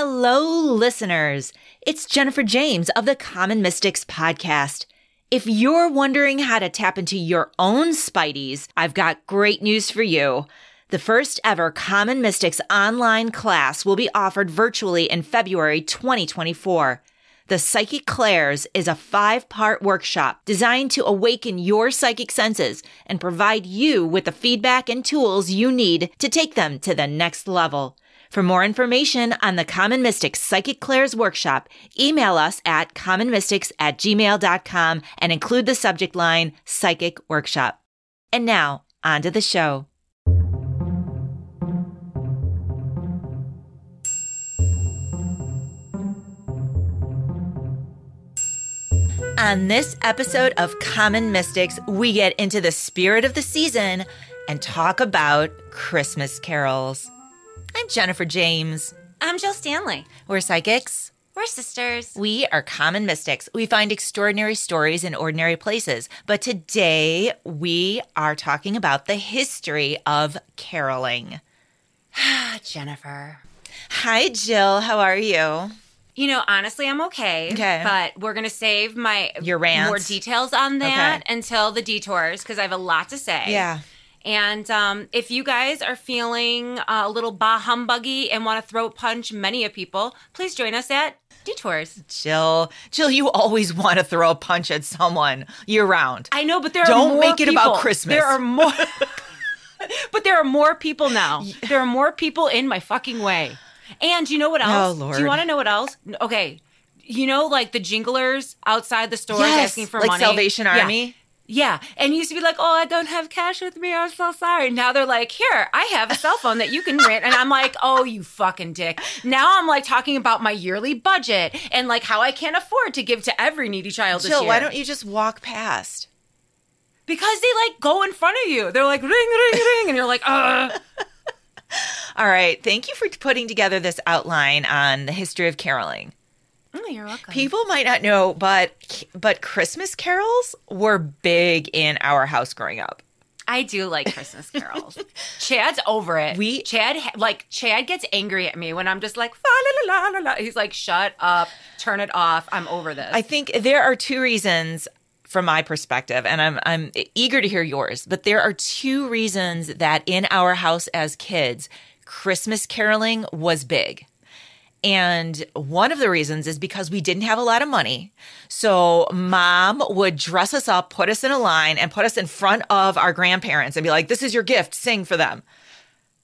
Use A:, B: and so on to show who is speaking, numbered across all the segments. A: Hello, listeners. It's Jennifer James of the Common Mystics podcast. If you're wondering how to tap into your own Spideys, I've got great news for you. The first ever Common Mystics online class will be offered virtually in February 2024. The Psychic Clairs is a five part workshop designed to awaken your psychic senses and provide you with the feedback and tools you need to take them to the next level. For more information on the Common Mystics Psychic Clairs workshop, email us at commonmystics at gmail.com and include the subject line Psychic Workshop. And now, on to the show. On this episode of Common Mystics, we get into the spirit of the season and talk about Christmas carols. I'm Jennifer James.
B: I'm Jill Stanley.
A: We're psychics.
B: We're sisters.
A: We are common mystics. We find extraordinary stories in ordinary places. But today we are talking about the history of caroling. Uh,
B: Ah, Jennifer.
A: Hi, Jill. How are you?
B: You know, honestly, I'm okay.
A: Okay.
B: But we're gonna save my
A: Your rants.
B: more details on that
A: Okay.
B: until the detours because I have a lot to say. And um, if you guys are feeling uh, a little bah humbuggy and want to throat punch many a people, please join us at detours.
A: Jill. Jill, you always want to throw a punch at someone year round.
B: I know, but there are
A: Don't
B: more
A: make it about
B: people.
A: Christmas.
B: There are more. but there are more people now. There are more people in my fucking way. And you know what else?
A: Oh,
B: Do
A: Lord.
B: you want to know what else? N- Okay. You know, like the jinglers outside the stores
A: Yes,
B: asking for
A: like
B: money.
A: Salvation
B: Yeah.
A: Army.
B: Yeah. And you used to be like, oh, I don't have cash with me. I'm so sorry. Now they're like, here, I have a cell phone that you can rent. And I'm like, oh, you fucking dick. Now I'm like talking about my yearly budget and like how I can't afford to give to every needy child this
A: Jill,
B: year.
A: why don't you just walk past?
B: Because they like go in front of you. They're like ring, ring, ring, and you're like, uh.
A: All right. Thank you for putting together this outline on the history of caroling.
B: Mm-hmm.
A: Oh,
B: you're welcome.
A: People might not know, but but Christmas carols were big in our house growing up.
B: I do like Christmas carols. Chad's over it.
A: We-
B: Chad ha- like Chad gets angry at me when I'm just like fa la la la la la. He's like, shut up, turn it off. I'm over this.
A: I think there are two reasons from my perspective, and I'm I'm eager to hear yours. But there are two reasons that in our house as kids, Christmas caroling was big. And one of the reasons is because we didn't have a lot of money. So mom would dress us up, put us in a line, and put us in front of our grandparents and be like, this is your gift, sing for them.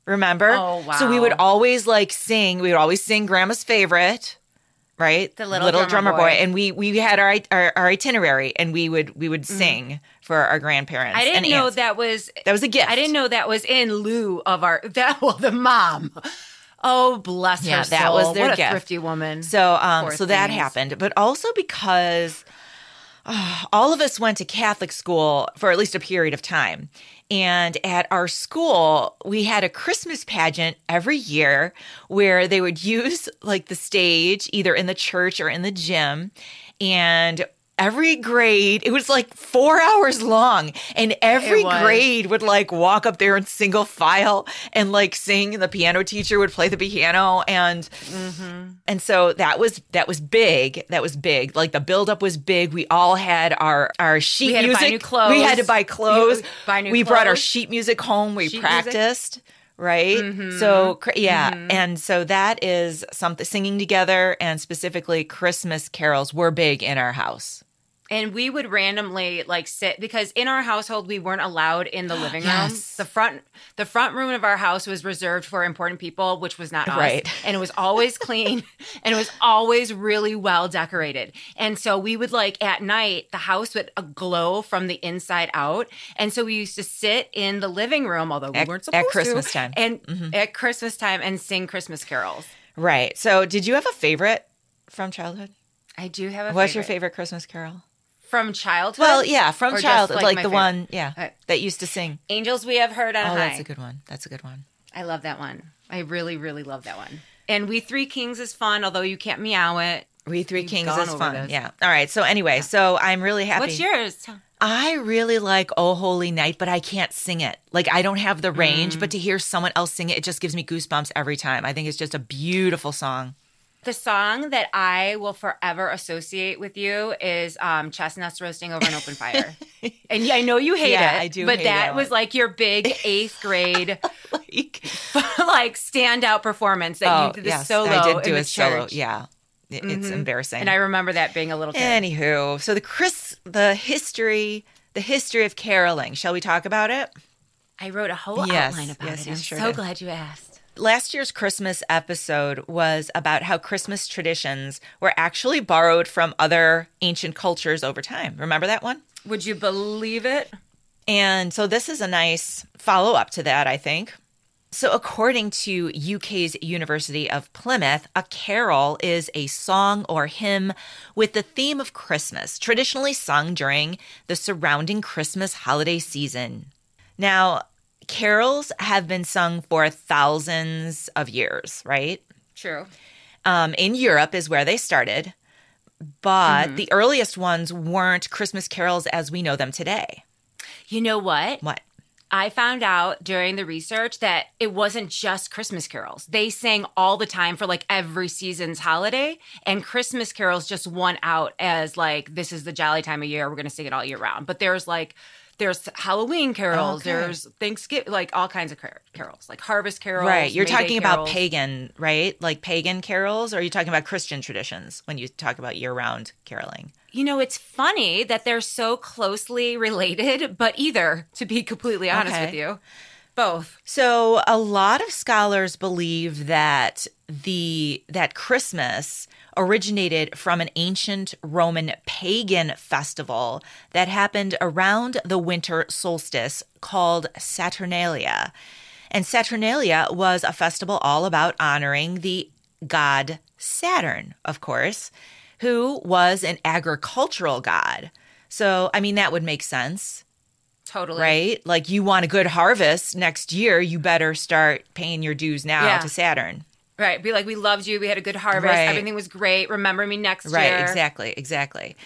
A: Remember?
B: Oh, wow.
A: So we would always like sing, we would always sing grandma's favorite, right?
B: The Little Drummer
A: boy.
B: Boy.
A: And we we had our, our our itinerary and we would we would sing for our grandparents.
B: Mm-hmm. I
A: and
B: didn't know
A: aunts.
B: that was.
A: That was a gift.
B: I didn't know that was in lieu of our that well the mom. Oh bless
A: Yeah,
B: her
A: that
B: soul.
A: was their
B: what
A: gift.
B: a thrifty woman.
A: So um
B: Mm-hmm. Poor
A: so that
B: things.
A: happened, but also because ah, all of us went to Catholic school for at least a period of time. And at our school, we had a Christmas pageant every year where they would use like the stage either in the church or in the gym and Every grade, it was like four hours long, and every
B: was.
A: grade would like walk up there in single file and like sing. And the piano teacher would play the piano, and and so that was that was big. That was big. Like the buildup was big. We all had our our sheet
B: had to buy
A: music.
B: new clothes.
A: We had to buy clothes.
B: You- buy new
A: we brought our
B: clothes.
A: sheet music home. We
B: Sheet music. Mm-hmm.
A: practiced, right? So cr- yeah, and so that is something singing together and specifically Christmas carols were big in our house.
B: and we would randomly like sit because in our household we weren't allowed in the living room.
A: Yes.
B: The front the front room of our house was reserved for important people, which was not us.
A: Right.
B: And it was always clean and it was always really well decorated. And so we would like at night the house would uh, glow from the inside out. And so we used to sit in the living room, although we
A: At-
B: weren't
A: at
B: supposed to,
A: Christmas time. Mm-hmm.
B: and at Christmas time and sing Christmas carols.
A: Right. So did you have a favorite from childhood?
B: I do have a
A: What's your favorite Christmas carol?
B: from childhood?
A: Well, yeah,
B: Or
A: from
B: just,
A: childhood, like,
B: my
A: the
B: favorite?
A: one, yeah,
B: Uh,
A: that used to sing.
B: Angels we have heard on
A: Oh,
B: high.
A: that's a good one. That's a good one.
B: I love that one. I really, really love that one. And We Three Kings is fun, although you can't meow it.
A: We Three
B: We've
A: Kings
B: gone
A: is
B: over
A: fun.
B: this.
A: Yeah. All right. So anyway, so I'm really happy.
B: What's yours?
A: I really like Oh Holy Night, but I can't sing it. Like I don't have the
B: Mm.
A: range, but to hear someone else sing it, it just gives me goosebumps every time. I think it's just a beautiful song.
B: The song that I will forever associate with you is um, Chestnuts Roasting Over an Open Fire. and I know you hate
A: Yeah,
B: it.
A: I do
B: But
A: hate
B: that
A: that
B: was
A: one.
B: like your big eighth grade,
A: like,
B: like standout performance that you did the solo.
A: Oh, I did do
B: in
A: a
B: the
A: solo.
B: church.
A: Yeah, I- it's
B: Mhm.
A: embarrassing.
B: And I remember that being a little kid.
A: Anywho, so the Chris, the history, the history of caroling. Shall we talk about it?
B: I wrote a whole
A: Yes,
B: outline about
A: yes,
B: it.
A: you
B: I'm
A: sure
B: so
A: did.
B: glad you asked.
A: Last year's Christmas episode was about how Christmas traditions were actually borrowed from other ancient cultures over time. Remember that one?
B: Would you believe it?
A: And so this is a nice follow up to that, I think. So, according to UK's University of Plymouth, a carol is a song or hymn with the theme of Christmas, traditionally sung during the surrounding Christmas holiday season. Now, carols have been sung for thousands of years, right?
B: True.
A: um, in Europe is where they started, but
B: Mm-hmm.
A: the earliest ones weren't Christmas carols as we know them today.
B: You know what?
A: What?
B: I found out during the research that it wasn't just Christmas carols. They sang all the time for like every season's holiday, and Christmas carols just won out as like this is the jolly time of year. We're gonna sing it all year round. But there's like there's Halloween carols,
A: Okay.
B: there's Thanksgiving, like all kinds of car- carols, like harvest carols.
A: right. You're
B: May Day
A: talking about
B: carols.
A: pagan, right? Like pagan carols, or are you talking about Christian traditions when you talk about year round caroling?
B: You know, it's funny that they're so closely related, but either to be completely honest
A: Okay.
B: with you, both.
A: So a lot of scholars believe that the that Christmas originated from an ancient Roman pagan festival that happened around the winter solstice called Saturnalia. And Saturnalia was a festival all about honoring the god Saturn, of course, who was an agricultural god. So, I mean, that would make sense
B: Totally.
A: right? Like you want a good harvest next year, you better start paying your dues now
B: Yeah.
A: to Saturn.
B: Right. Be like, we loved you. We had a good harvest.
A: Right.
B: Everything was great. Remember me next
A: Right,
B: year. Mm-hmm.
A: exactly, exactly.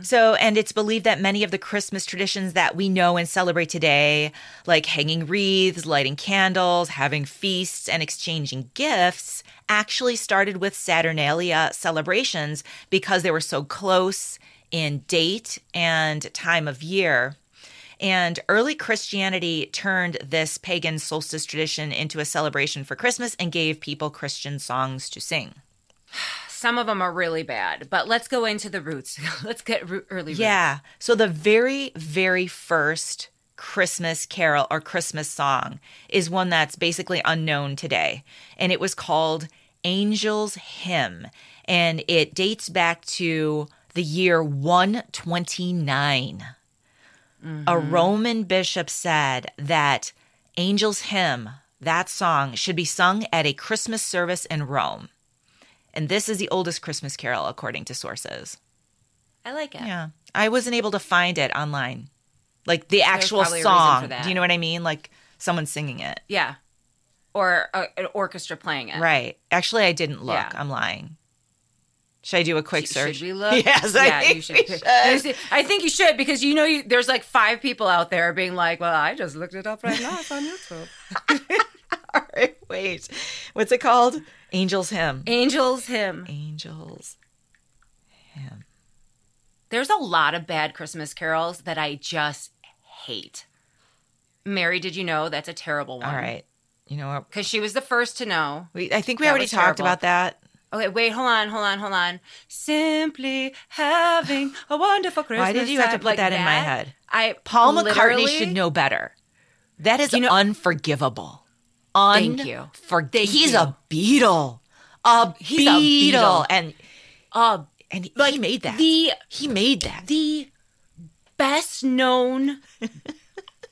A: So, and it's believed that many of the Christmas traditions that we know and celebrate today, like hanging wreaths, lighting candles, having feasts, and exchanging gifts, actually started with Saturnalia celebrations because they were so close in date and time of year. And early Christianity turned this pagan solstice tradition into a celebration for Christmas and gave people Christian songs to sing.
B: Some of them are really bad, but let's go into the roots. let's get root, early roots.
A: Yeah. So the very, very first Christmas carol or Christmas song is one that's basically unknown today. And it was called Angel's Hymn. And it dates back to the year 129. A Roman bishop said that Angel's Hymn, that song, should be sung at a Christmas service in Rome. And this is the oldest Christmas carol, according to sources.
B: I like it.
A: Yeah. I wasn't able to find it online. Like the actual
B: probably a reason for
A: song.
B: that.
A: Do you know what I mean? Like someone singing it.
B: Yeah. Or uh, an orchestra playing it.
A: Right. Actually, I didn't look.
B: Yeah.
A: I'm lying. Should I do a quick
B: Sh-
A: search?
B: Should we look?
A: Yes, I
B: yeah,
A: think
B: you should.
A: we should.
B: There's- I think you should because you know you, there's like five people out there being like, "Well, I just looked it up right now it's on YouTube."
A: All right. Wait. What's it called? Angel's Hymn.
B: Angels, him.
A: Angels. Hymn.
B: There's a lot of bad Christmas carols that I just hate. Mary, did you know that's a terrible one?
A: All right. You know what?
B: Because she was the first to know.
A: We, I think we
B: That
A: already
B: was
A: talked
B: terrible.
A: about that.
B: Okay, wait, hold on, hold on, hold on. Simply having a wonderful Christmas.
A: Why did you have to
B: time.
A: put
B: Like
A: that in my head?
B: I
A: Paul
B: literally-
A: McCartney should know better. That is
B: You know-
A: unforgivable.
B: Thank you.
A: Unforg-
B: Thank
A: he's
B: you.
A: a beetle. A
B: He's a
A: beetle.
B: Beatle.
A: And
B: Uh,
A: and he, he made that.
B: the
A: he made that.
B: the best known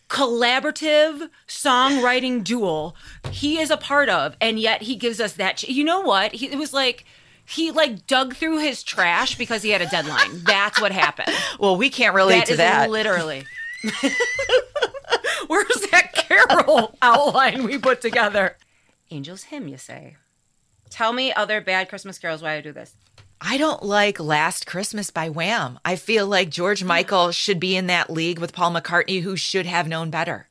B: collaborative songwriting duel he is a part of, and yet he gives us that. Ch- you know what? He, it was like he like dug through his trash because he had a deadline. That's what happened.
A: well, we can't relate
B: That
A: to
B: is
A: that.
B: literally. Where's that Carol outline we put together? Angel's hymn, you say. Tell me other bad Christmas carols why I do this.
A: I don't like Last Christmas by Wham. I feel like George Michael should be in that league with Paul McCartney, who should have known better.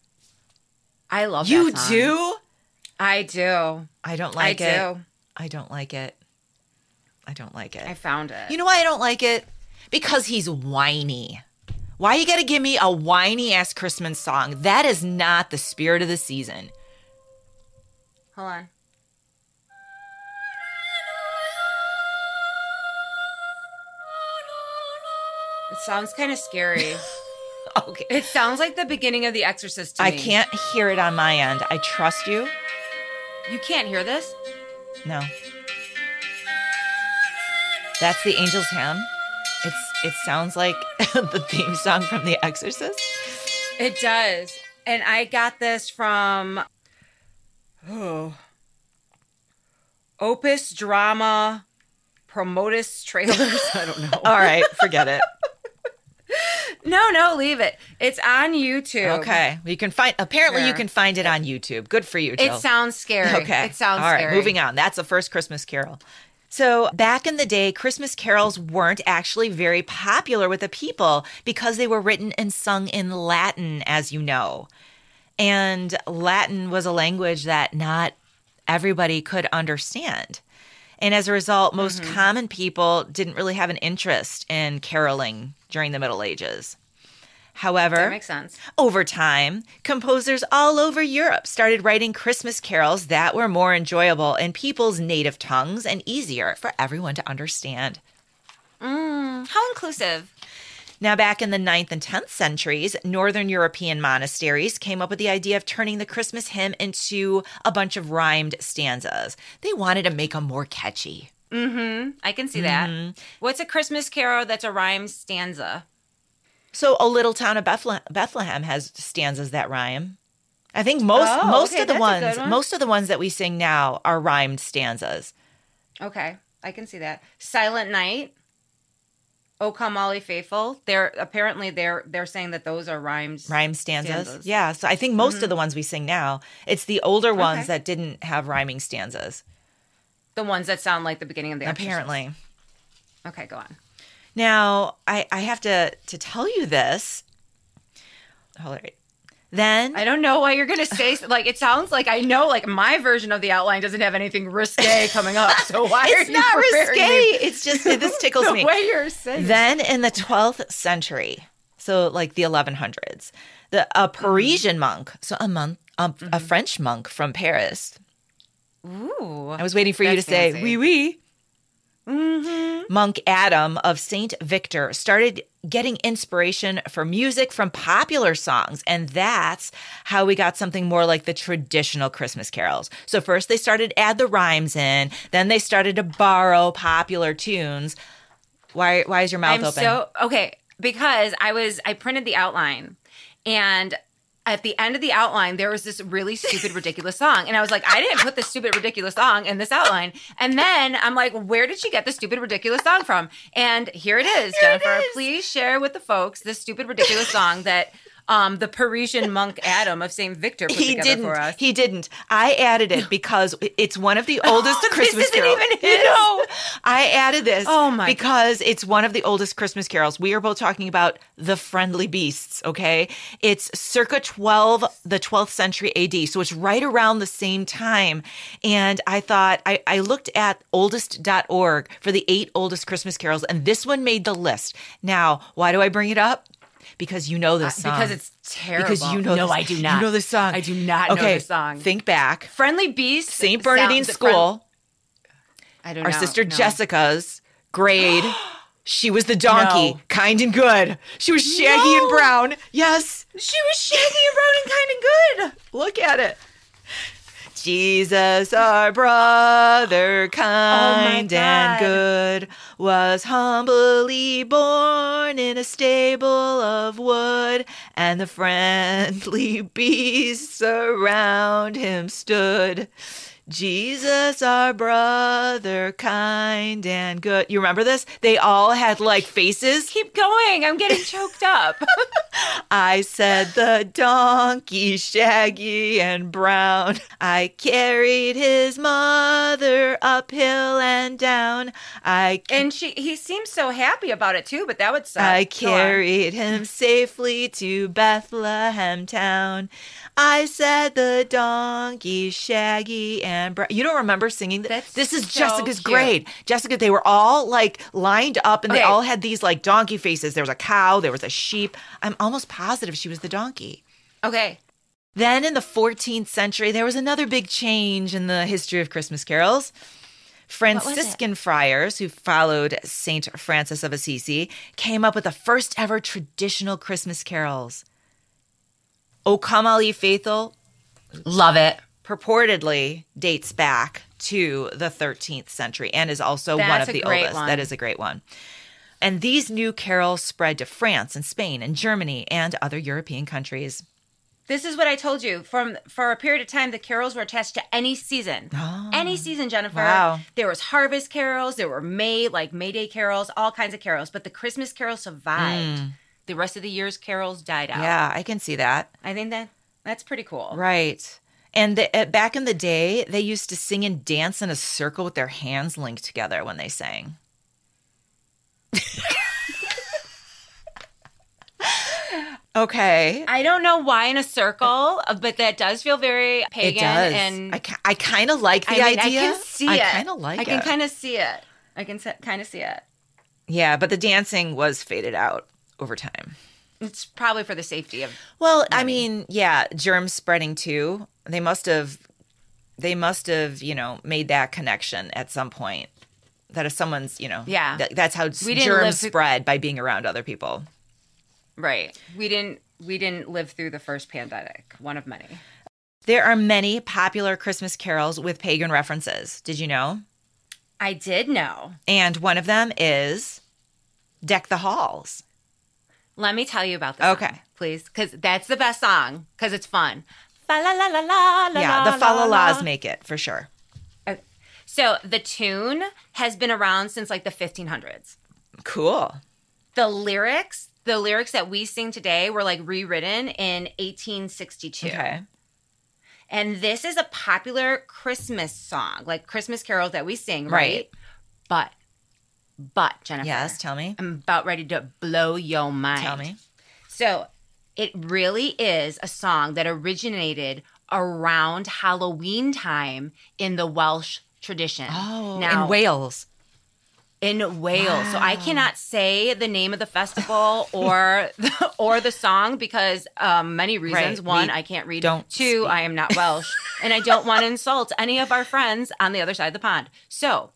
B: I love
A: You
B: that song.
A: do?
B: I do.
A: I don't like
B: I
A: it.
B: do.
A: I don't like it. I don't like it.
B: I found it.
A: You know why I don't like it? Because he's whiny. Why you gotta give me a whiny ass Christmas song? That is not the spirit of the season.
B: Hold on. It sounds kind of scary.
A: Okay.
B: it sounds like the beginning of The Exorcist. To
A: I
B: me.
A: can't hear it on my end. I trust you.
B: You can't hear this.
A: No. That's the angel's hymn. It's it sounds like the theme song from The Exorcist.
B: It does. And I got this from oh, Opus Drama Promotus Trailers. I don't know.
A: All right, forget it.
B: No, no, leave it. It's on YouTube.
A: Okay, you can find. Apparently, you
B: Sure.
A: can find it on YouTube. Good for you,
B: It
A: Jill.
B: sounds scary.
A: Okay.
B: It sounds
A: All right,
B: scary.
A: moving on. That's the first Christmas carol. So, back in the day, Christmas carols weren't actually very popular with the people because they were written and sung in Latin, as you know. And Latin was a language that not everybody could understand. And as a result, most
B: Mm-hmm.
A: common people didn't really have an interest in caroling during the Middle Ages. However,
B: That makes sense.
A: over time, composers all over Europe started writing Christmas carols that were more enjoyable in people's native tongues and easier for everyone to understand.
B: How inclusive.
A: Now, back in the 9th and 10th centuries, Northern European monasteries came up with the idea of turning the Christmas hymn into a bunch of rhymed stanzas. They wanted to make them more catchy.
B: I can see that.
A: Mm-hmm.
B: What's a Christmas carol that's a rhyme stanza?
A: So, a little town of Bethle- Bethlehem has stanzas that rhyme. I think most
B: Oh,
A: most
B: okay,
A: of the
B: that's a good
A: ones
B: one.
A: most of the ones that we sing now are rhymed stanzas.
B: Okay, I can see that. Silent Night. O come all ye faithful. They're apparently they're they're saying that those are rhymes.
A: rhyme stanzas.
B: Stanzas. Mm-hmm.
A: Yeah, so I think most of the ones we sing now, it's the older ones
B: Okay.
A: that didn't have rhyming stanzas.
B: The ones that sound like the beginning of the Exorcist.
A: Apparently.
B: Okay, go on.
A: Now, I I have to to tell you this. All right. Then
B: I don't know why you're gonna say like it sounds like I know like my version of the outline doesn't have anything risque coming up. So why are
A: it's
B: you
A: not
B: preparing
A: risque.
B: me
A: It's just this tickles
B: the
A: me.
B: way you're saying?
A: Then in the 12th century, so like the 1100s, the a
B: Mm.
A: Parisian monk, so a monk, a, a
B: Mm-hmm.
A: French monk from Paris.
B: Ooh,
A: I was waiting for you to
B: That's
A: say
B: fancy. Mm-hmm.
A: wee wee. monk Adam of St. Victor started getting inspiration for music from popular songs. And that's how we got something more like the traditional Christmas carols. So first they started to add the rhymes in, then they started to borrow popular tunes. Why, why is your mouth
B: I'm
A: open?
B: so okay because I was I printed the outline and at the end of the outline there was this really stupid ridiculous song and I was like I didn't put this stupid ridiculous song in this outline and then I'm like where did she get this stupid ridiculous song from and here it is
A: Here it
B: Jennifer
A: is.
B: please share with the folks this stupid ridiculous song that um the Parisian monk Adam of St Victor put
A: he
B: together
A: didn't.
B: for us
A: He didn't. I added it because it's one of the oldest
B: This
A: Christmas
B: isn't
A: carols.
B: even
A: You
B: his.
A: know, I added this.
B: Oh my-
A: Because it's one of the oldest Christmas carols. We are both talking about the Friendly Beasts. Okay, it's circa twelve, the twelfth century A.D. So it's right around the same time. And I thought I, I looked at oldest.org for the eight oldest Christmas carols, and this one made the list. Now, why do I bring it up? Because you know this song.
B: Uh, because it's terrible
A: Because you know,
B: no
A: this,
B: I do not
A: You know this song.
B: I do not
A: okay,
B: know this song
A: Think back.
B: Friendly Beast
A: St. Bernardine
B: sounds-
A: School.
B: I don't
A: Our
B: know,
A: sister
B: no.
A: Jessica's grade. she was the donkey,
B: No.
A: kind and good. She was shaggy and
B: No.
A: brown. Yes.
B: She was shaggy and brown and kind of good.
A: Look at it. Jesus, our brother, kind and
B: God.
A: good, was humbly born in a stable of wood, and the friendly beasts around him stood. Jesus, our brother, kind and good. You remember this? They all had like faces.
B: Keep going. I'm getting choked up.
A: I said the donkey shaggy and brown. I carried his mother uphill and down. I ca-
B: And she he seems so happy about it too, but that would suck.
A: I
B: Go on.
A: carried him safely to Bethlehem town. I said the donkey shaggy and brown. You don't remember singing that?
B: That's
A: this is
B: so
A: Jessica's
B: cute.
A: grade. Jessica, they were all like lined up and they
B: Okay.
A: all had these like donkey faces. There was a cow, there was a sheep. I'm almost positive she was the donkey.
B: Okay.
A: Then in the 14th century, there was another big change in the history of Christmas carols.
B: was it?
A: Franciscan friars who followed St. Francis of Assisi came up with the first ever traditional Christmas carols. O Come All Ye Faithful
B: Love it.
A: purportedly dates back to the 13th century and is also one
B: That's
A: of
B: a
A: the
B: great
A: oldest.
B: one.
A: That is a great one. And these new carols spread to France and Spain and Germany and other European countries.
B: This is what I told you. From for a period of time, the carols were attached to any season, any season, Jennifer.
A: Ah. Wow.
B: There was harvest carols, there were May like May Day carols, all kinds of carols. But the Christmas carol survived. The rest of the year's carols died out.
A: Mm. Yeah, I can see that.
B: I think that that's pretty cool.
A: Right. And the, uh, back in the day, they used to sing and dance in a circle with their hands linked together when they sang. okay.
B: I don't know why in a circle, uh, but that does feel very pagan.
A: it does.
B: And
A: I, ki- I kind of like the
B: I mean,
A: idea.
B: I can see
A: I
B: it.
A: kind of like
B: I
A: it.
B: can kind of see it. I can kind of see it.
A: yeah, but the dancing was faded out over time.
B: It's probably for the safety of
A: Well, I mean, yeah, germ spreading too. They must have they must have, you know, made that connection at some point. That if someone's, you know,
B: Yeah.
A: that- that's how s-
B: We didn't
A: germs
B: live through-
A: spread by being around other people.
B: right. We didn't we didn't live through the first pandemic, one of many.
A: There are many popular Christmas carols with pagan references. Did you know?
B: I did know.
A: And one of them is Deck the Halls.
B: Let me tell you about this.
A: Okay.
B: song, please, because that's the best song because it's fun. Fa la la la la la.
A: yeah, the
B: la, la,
A: fa la's
B: la.
A: make it for sure.
B: Okay. So the tune has been around since like the 1500s.
A: Cool.
B: The lyrics, the lyrics that we sing today, were like rewritten in 1862.
A: Okay.
B: And this is a popular Christmas song, like Christmas carols that we sing,
A: Right.
B: right? But, but Jennifer,
A: Yes, tell me.
B: I'm about ready to blow your mind.
A: Tell me.
B: So it really is a song that originated around Halloween time in the Welsh tradition.
A: Oh,
B: now
A: in Wales.
B: in Wales. So I cannot say the name of the festival or the, or the song because um, many reasons.
A: Right.
B: One,
A: We
B: I can't read.
A: don't
B: Two,
A: speak.
B: I am not Welsh, and I don't want to insult any of our friends on the other side of the pond. So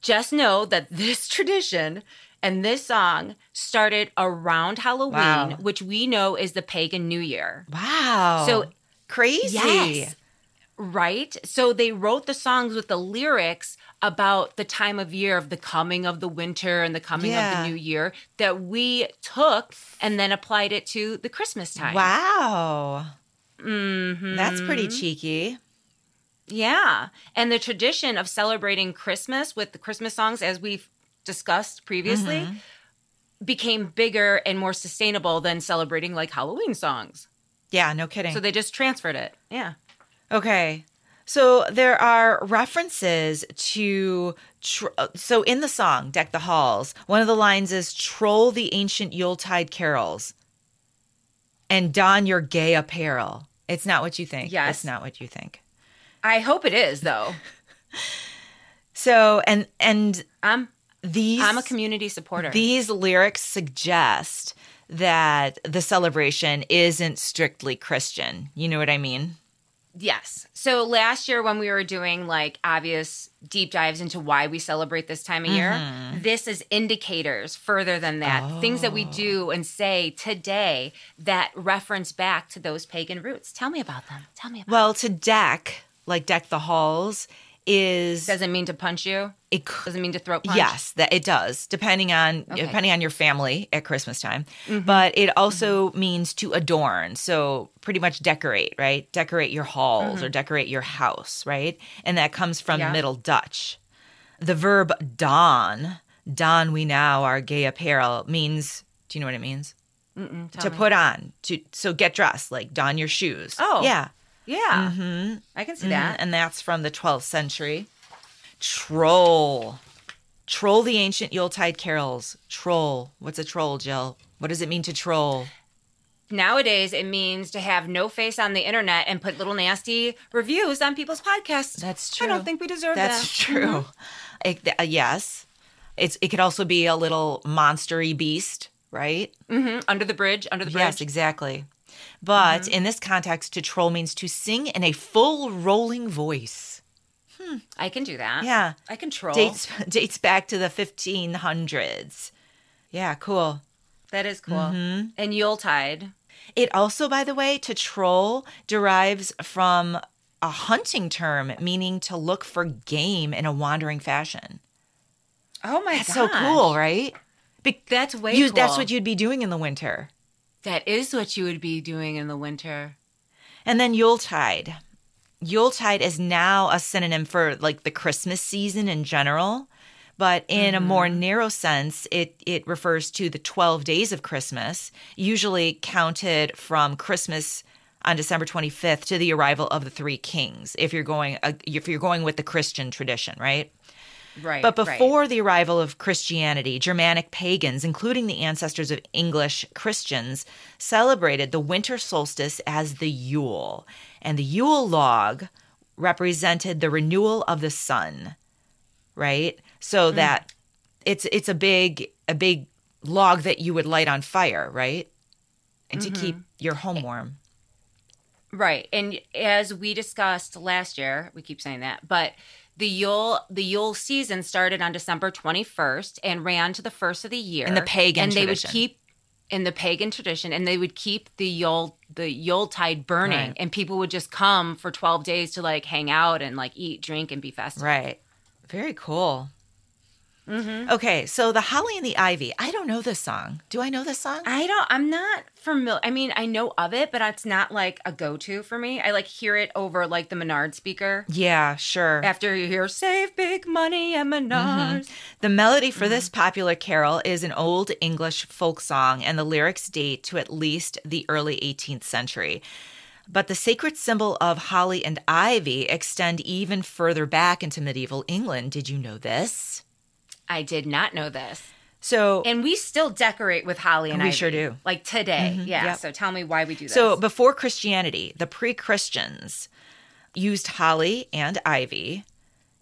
B: just know that this tradition and this song started around Halloween,
A: Wow.
B: which we know is the pagan New Year.
A: Wow.
B: So-
A: crazy.
B: Yes. Right? So they wrote the songs with the lyrics about the time of year of the coming of the winter and the coming
A: Yeah.
B: of the new year that we took and then applied it to the Christmas time.
A: Wow.
B: hmm
A: That's pretty cheeky.
B: Yeah. And the tradition of celebrating Christmas with the Christmas songs, as we've discussed previously,
A: Mm-hmm.
B: became bigger and more sustainable than celebrating like Halloween songs.
A: Yeah, no kidding.
B: So they just transferred it. Yeah.
A: Okay. So there are references to tr- uh, so in the song Deck the Halls, one of the lines is troll the ancient Yuletide carols and don your gay apparel. It's not what you think.
B: Yes.
A: It's not what you think.
B: I hope it is, though.
A: So and and
B: I'm,
A: these
B: I'm a community supporter.
A: These lyrics suggest that the celebration isn't strictly Christian. You know what I mean?
B: Yes. So last year, when we were doing like obvious deep dives into why we celebrate this time of
A: Mm-hmm.
B: year, this is indicators further than that. Things that we
A: Oh.
B: do and say today that reference back to those pagan roots. Tell me about them. Tell me about
A: Well, to deck, like deck the halls, is
B: Doesn't mean to punch you,
A: it c-
B: doesn't mean to throat punch.
A: Yes, that it does, depending on uh,
B: Okay. Mm-hmm.
A: depending on your family at Christmas time. But it also means to adorn. So pretty much decorate, right? Decorate your halls or decorate your house, right? And that comes from
B: Mm-hmm. Yeah.
A: Middle Dutch. The verb don, don we now our gay apparel means do you know what it means?
B: Mm-mm, tell
A: to
B: me.
A: put on to so get dressed, like don your shoes.
B: Oh.
A: yeah,
B: Yeah,
A: hmm
B: I can see that.
A: and that's from the 12th century. Troll, troll the ancient Yuletide carols. Troll. What's a troll, Jill? What does it mean to troll?
B: Nowadays, it means to have no face on the internet and put little nasty reviews on people's podcasts.
A: That's true.
B: I don't think we deserve
A: That's
B: that. Mm-hmm.
A: true. It- th- uh, yes, it's it could also be a little monstery beast, right?
B: hmm Under the bridge, under the bridge.
A: Yes, exactly. But in this context, to troll means to sing in a full rolling voice.
B: I can do that.
A: Yeah,
B: I control.
A: dates dates back to the 1500s. Yeah, cool.
B: That is cool. And Yuletide.
A: It also, by the way, to troll derives from a hunting term meaning to look for game in a wandering fashion.
B: Oh my god.
A: That's so cool, right? Be-
B: That's way
A: you,
B: cool.
A: That's what you'd be doing in the winter.
B: That is what you would be doing in the winter.
A: And then Yuletide. Yuletide is now a synonym for like the Christmas season in general, but in a more narrow sense, it, it refers to the 12 days of Christmas, usually counted from Christmas on December 25th to the arrival of the three kings if you're going uh, if you're going with the Christian tradition, right?
B: Right.
A: But
B: right.
A: before the arrival of Christianity, Germanic pagans, including the ancestors of English Christians, celebrated the winter solstice as the Yule. And the Yule log represented the renewal of the sun, right?
B: Mm.
A: So that it's it's a big a big log that you would light on fire, right? And to keep
B: Mm-hmm.
A: your home warm.
B: Right. And as we discussed last year, we keep saying that, but the Yule the Yule season started on December 21st and ran to the first of the year.
A: In the pagan
B: and they
A: tradition.
B: would keep in the pagan tradition and they would keep the Yule the Yuletide burning
A: Right.
B: and people would just come for 12 days to like hang out and like eat, drink and be festive.
A: Right. Very cool.
B: Mhm.
A: Okay, so the Holly and the Ivy. I don't know this song. Do I know this song?
B: I don't. I'm not familiar. I mean, I know of it, but it's not like a go-to for me. I like hear it over like the Menard speaker
A: Yeah, sure.
B: after you hear "Save Big Money at
A: Mm-hmm.
B: Menards."
A: The melody for this popular carol is an old English folk song, and the lyrics date to at least the early 18th century. But the sacred symbol of holly and ivy extend even further back into medieval England. Did you know this?
B: I did not know this,
A: So,
B: and we still decorate with holly and
A: We
B: ivy.
A: sure do. Mm-hmm.
B: Like today, yeah.
A: yep.
B: So tell me why we do this.
A: so before Christianity, the pre-Christians used holly and ivy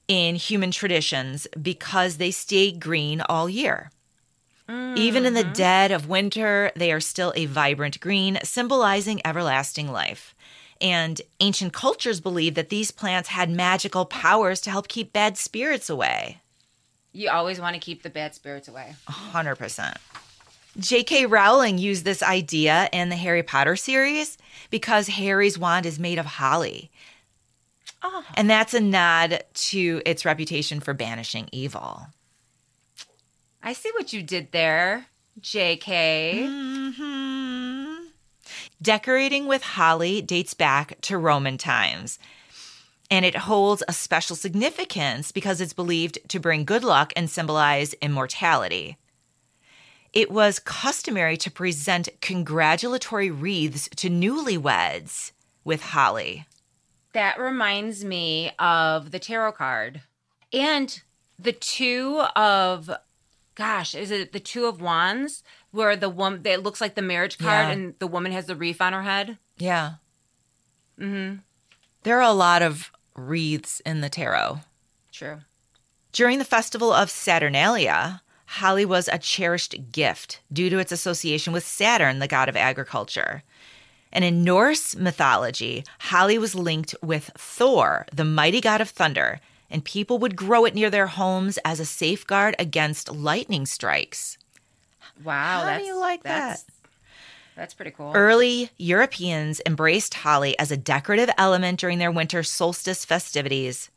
A: in human traditions because they stay green all year. Even in the
B: Mm-hmm.
A: dead of winter, they are still a vibrant green, symbolizing everlasting life. And ancient cultures believed that these plants had magical powers to help keep bad spirits away.
B: you always want to keep the bad spirits away.
A: 100%. J.K. Rowling used this idea in the Harry Potter series because Harry's wand is made of holly.
B: Oh,
A: And that's a nod to its reputation for banishing evil.
B: I see what you did there,
A: Mm-hmm.
B: J.K.
A: hmm Decorating with holly dates back to Roman times. And it holds a special significance because it's believed to bring good luck and symbolize immortality. It was customary to present congratulatory wreaths to newlyweds with holly.
B: That reminds me of the tarot card. And the two of gosh, is it the two of wands where the woman it looks like the marriage card
A: Yeah.
B: and the woman has the wreath on her head?
A: Yeah.
B: Mm-hmm.
A: There are a lot of wreaths in the tarot.
B: True.
A: During the festival of Saturnalia, holly was a cherished gift due to its association with Saturn, the god of agriculture. And in Norse mythology, holly was linked with Thor, the mighty god of thunder, and people would grow it near their homes as a safeguard against lightning strikes.
B: Wow.
A: How do
B: that's,
A: you like
B: that's,
A: that? Er,
B: That's pretty cool.
A: Early Europeans embraced holly as a decorative element during their winter solstice festivities.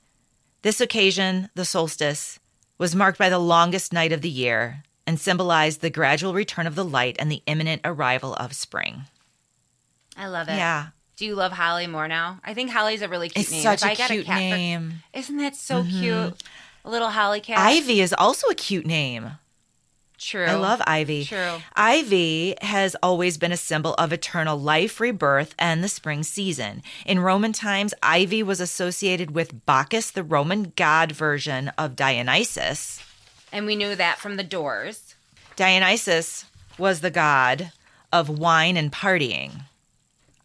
A: This occasion, the solstice, was marked by the longest night of the year and symbolized the gradual return of the light and the imminent arrival of spring.
B: I love it.
A: Yeah.
B: Do you love Holly more now? I think Holly's a really cute
A: It's
B: name.
A: such
B: If
A: a
B: I got
A: cute
B: cat for-
A: name. Mm-hmm.
B: Isn't that so cute? A little Holly cat.
A: Ivy is also a cute name.
B: True.
A: I love Ivy.
B: True.
A: Ivy has always been a symbol of eternal life, rebirth, and the spring season. In Roman times, Ivy was associated with Bacchus, the Roman god version of Dionysus.
B: And we knew that from the doors.
A: Dionysus was the god of wine and partying.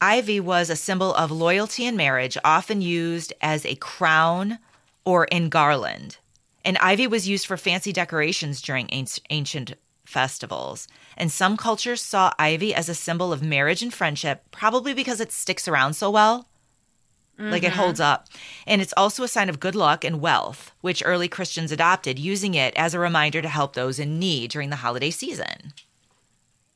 A: Ivy was a symbol of loyalty in marriage, often used as a crown or in garland. And ivy was used for fancy decorations during anci- ancient festivals. And some cultures saw ivy as a symbol of marriage and friendship, probably because it sticks around so well. Like it holds up. And it's also a sign of good luck and wealth, which early Christians adopted, using it as a reminder to help those in need during the holiday season.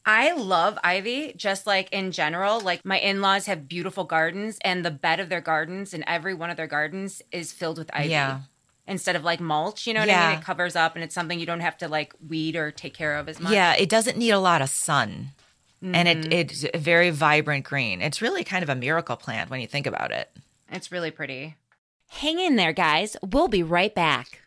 B: I love ivy, just like in general. Like my in laws have beautiful gardens, and the bed of their gardens and every one of their gardens is filled with ivy.
A: Yeah.
B: Instead of like mulch, you know what I
A: Yeah.
B: mean? It covers up and it's something you don't have to like weed or take care of as much.
A: Yeah, it doesn't need a lot of sun. And it it's a very vibrant green. It's really kind of a miracle plant when you think about it.
B: It's really pretty.
C: Hang in there, guys. We'll be right back.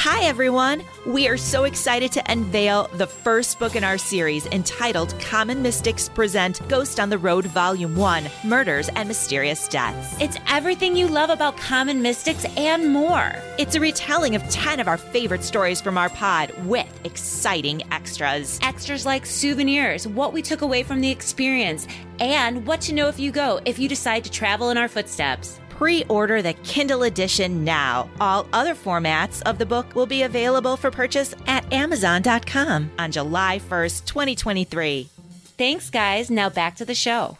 A: Hi, everyone. We are so excited to unveil the first book in our series entitled Common Mystics Present Ghost on the Road Volume 1 Murders and Mysterious Deaths.
C: It's everything you love about common mystics and more.
A: It's a retelling of 10 of our favorite stories from our pod with exciting extras.
C: Extras like souvenirs, what we took away from the experience, and what to know if you go if you decide to travel in our footsteps.
A: Pre order the Kindle edition now. All other formats of the book will be available for purchase at Amazon.com on July 1st, 2023.
C: Thanks, guys. Now back to the show.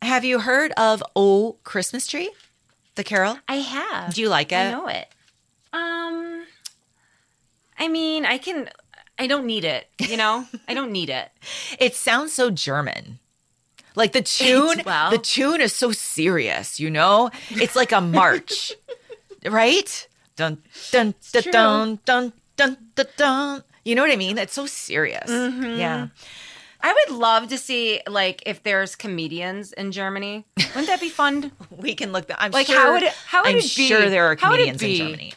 A: Have you heard of Oh Christmas Tree? The Carol?
B: I have.
A: Do you like
B: I
A: it?
B: know it. Um, I mean, I can. I don't need it. You know, I don't need it.
A: It sounds so German. Like the tune,
B: well-
A: the tune is so serious, you know? It's like a march, right? Dun dun dun
B: true.
A: dun dun dun dun dun. You know what I mean? It's so serious.
B: Mm-hmm.
A: Yeah.
B: I would love to see like if there's comedians in Germany. Wouldn't that be fun?
A: We can look. That, I'm
B: Like,
A: sure.
B: how would it- how would
A: I'm
B: it be?
A: sure there are
B: How would it
A: comedians in
B: be?
A: Germany.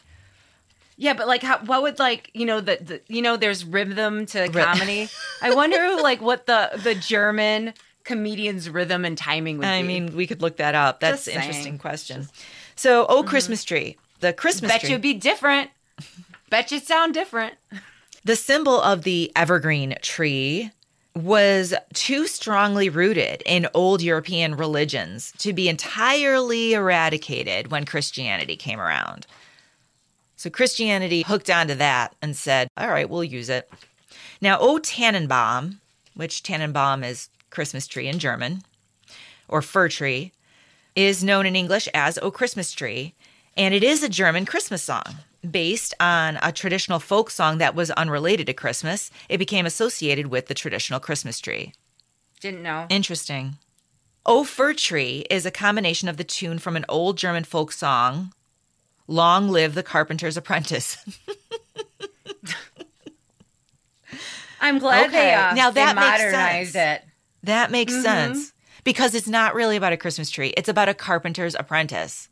B: yeah, but like, how, what would like you know the, the you know there's rhythm to comedy. I wonder like what the the German comedians' rhythm and timing would
A: I
B: be.
A: mean, we could look that up. That's
B: Just
A: an
B: saying. Mm-hmm.
A: interesting question. So, oh, Christmas tree, the Christmas
B: bet
A: tree,
B: you'd be different. bet you'd sound different.
A: the symbol of the evergreen tree was too strongly rooted in old European religions to be entirely eradicated when Christianity came around. So Christianity hooked onto that and said, all right, we'll use it. Now, O Tannenbaum, which Tannenbaum is Christmas tree in German, or fir tree, is known in English as O Christmas Tree, and it is a German Christmas song. Based on a traditional folk song that was unrelated to Christmas, it became associated with the traditional Christmas tree.
B: Didn't know.
A: Interesting. O Fir Tree is a combination of the tune from an old German folk song, Long Live the Carpenter's Apprentice.
B: I'm glad they
A: Okay.
B: uh,
A: Now that
B: they
A: makes
B: modernized
A: sense.
B: it.
A: That makes sense because it's not really about a Christmas tree, it's about a carpenter's apprentice.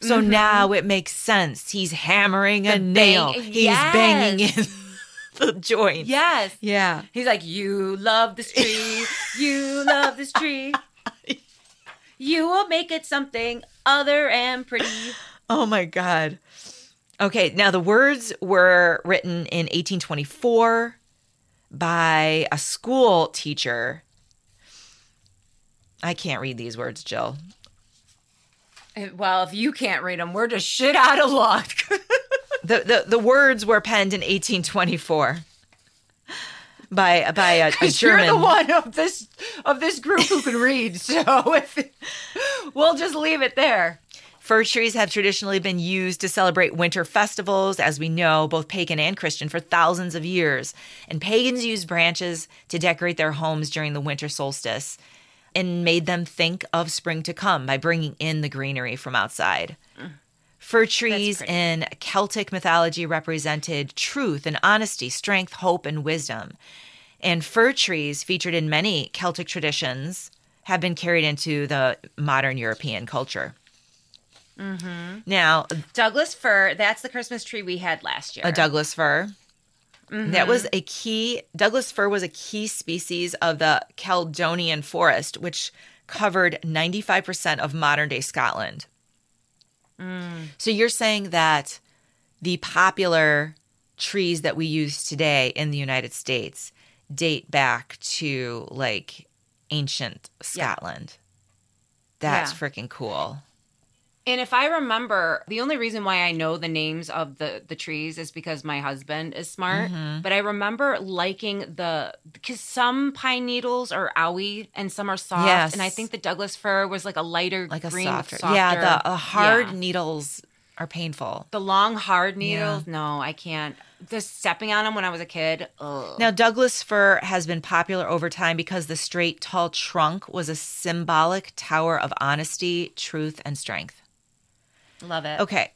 A: So now it makes sense. He's hammering a nail. He's banging in the joint.
B: Yes.
A: Yeah.
B: He's like, You love this tree. You love this tree. You will make it something other and pretty.
A: Oh my god. Okay, now the words were written in 1824 by a school teacher. I can't read these words, Jill.
B: Well, if you can't read them, we're just shit out of luck.
A: the, the the words were penned in 1824 by by a, a German.
B: You're the one of this of this group who can read. So if, we'll just leave it there.
A: Fir trees have traditionally been used to celebrate winter festivals, as we know, both pagan and Christian, for thousands of years. And pagans used branches to decorate their homes during the winter solstice, and made them think of spring to come by bringing in the greenery from outside. Fir trees
B: pretty.
A: in Celtic mythology represented truth and honesty, strength, hope, and wisdom. And fir trees, featured in many Celtic traditions, have been carried into the modern European culture. Now,
B: Douglas fir, that's the Christmas tree we had last year.
A: a Douglas fir,
B: Mm-hmm.
A: That was a key, Douglas fir was a key species of the Caledonian forest, which covered 95% of modern day Scotland.
B: Mm.
A: So you're saying that the popular trees that we use today in the United States date back to like ancient Scotland. That's
B: Yeah.
A: freaking cool.
B: And if I remember, the only reason why I know the names of the the trees is because my husband is smart.
A: Mm-hmm.
B: But I remember liking the because some pine needles are owie and some are soft,
A: Yes.
B: and I think the Douglas fir was like a lighter
A: Like a
B: green,
A: softer, Yeah, the uh, hard
B: Yeah.
A: needles are painful.
B: the long hard needles. No, I can't. Just stepping on them when I was a kid. Ugh.
A: Now, Douglas fir has been popular over time because the straight, tall trunk was a symbolic tower of honesty, truth, and strength.
B: Love it.
A: Okay.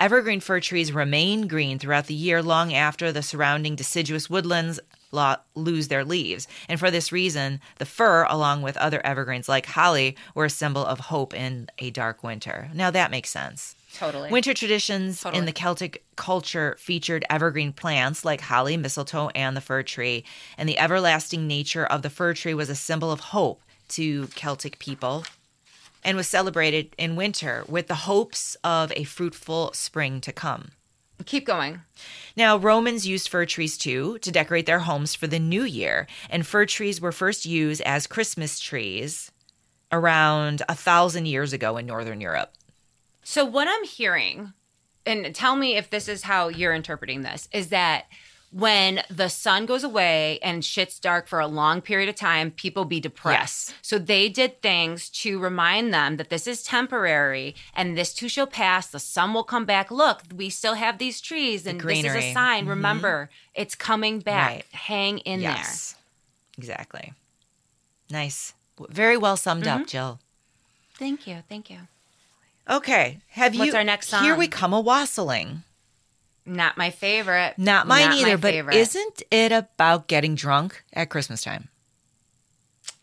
A: Evergreen fir trees remain green throughout the year long after the surrounding deciduous woodlands lo- lose their leaves. And for this reason, the fir, along with other evergreens like holly, were a symbol of hope in a dark winter. Now that makes sense.
B: Totally.
A: Winter traditions in
B: Totally.
A: the Celtic culture featured evergreen plants like holly, mistletoe, and the fir tree. And the everlasting nature of the fir tree was a symbol of hope to Celtic people and was celebrated in winter with the hopes of a fruitful spring to come.
B: Keep going.
A: Now, Romans used fir trees too to decorate their homes for the new year, and fir trees were first used as Christmas trees around a thousand years ago in Northern Europe.
B: So what I'm hearing, and tell me if this is how you're interpreting this, is that when the sun goes away and shit's dark for a long period of time, people be depressed.
A: Yes.
B: So they did things to remind them that this is temporary and this too shall pass. The sun will come back. Look, we still have these trees and this is
A: greenery. Mm-hmm.
B: a sign. Remember, it's coming back.
A: Right.
B: Hang in
A: yes. Exactly. Nice. W- Very well summed
B: Mm-hmm.
A: up, Jill.
B: there. Thank you. Thank you.
A: Okay. Have you
B: What's our next
A: Here
B: song?
A: we come a wassailing.
B: Not my favorite.
A: Not mine
B: my
A: either, but
B: favorite.
A: isn't it about getting drunk at Christmas time?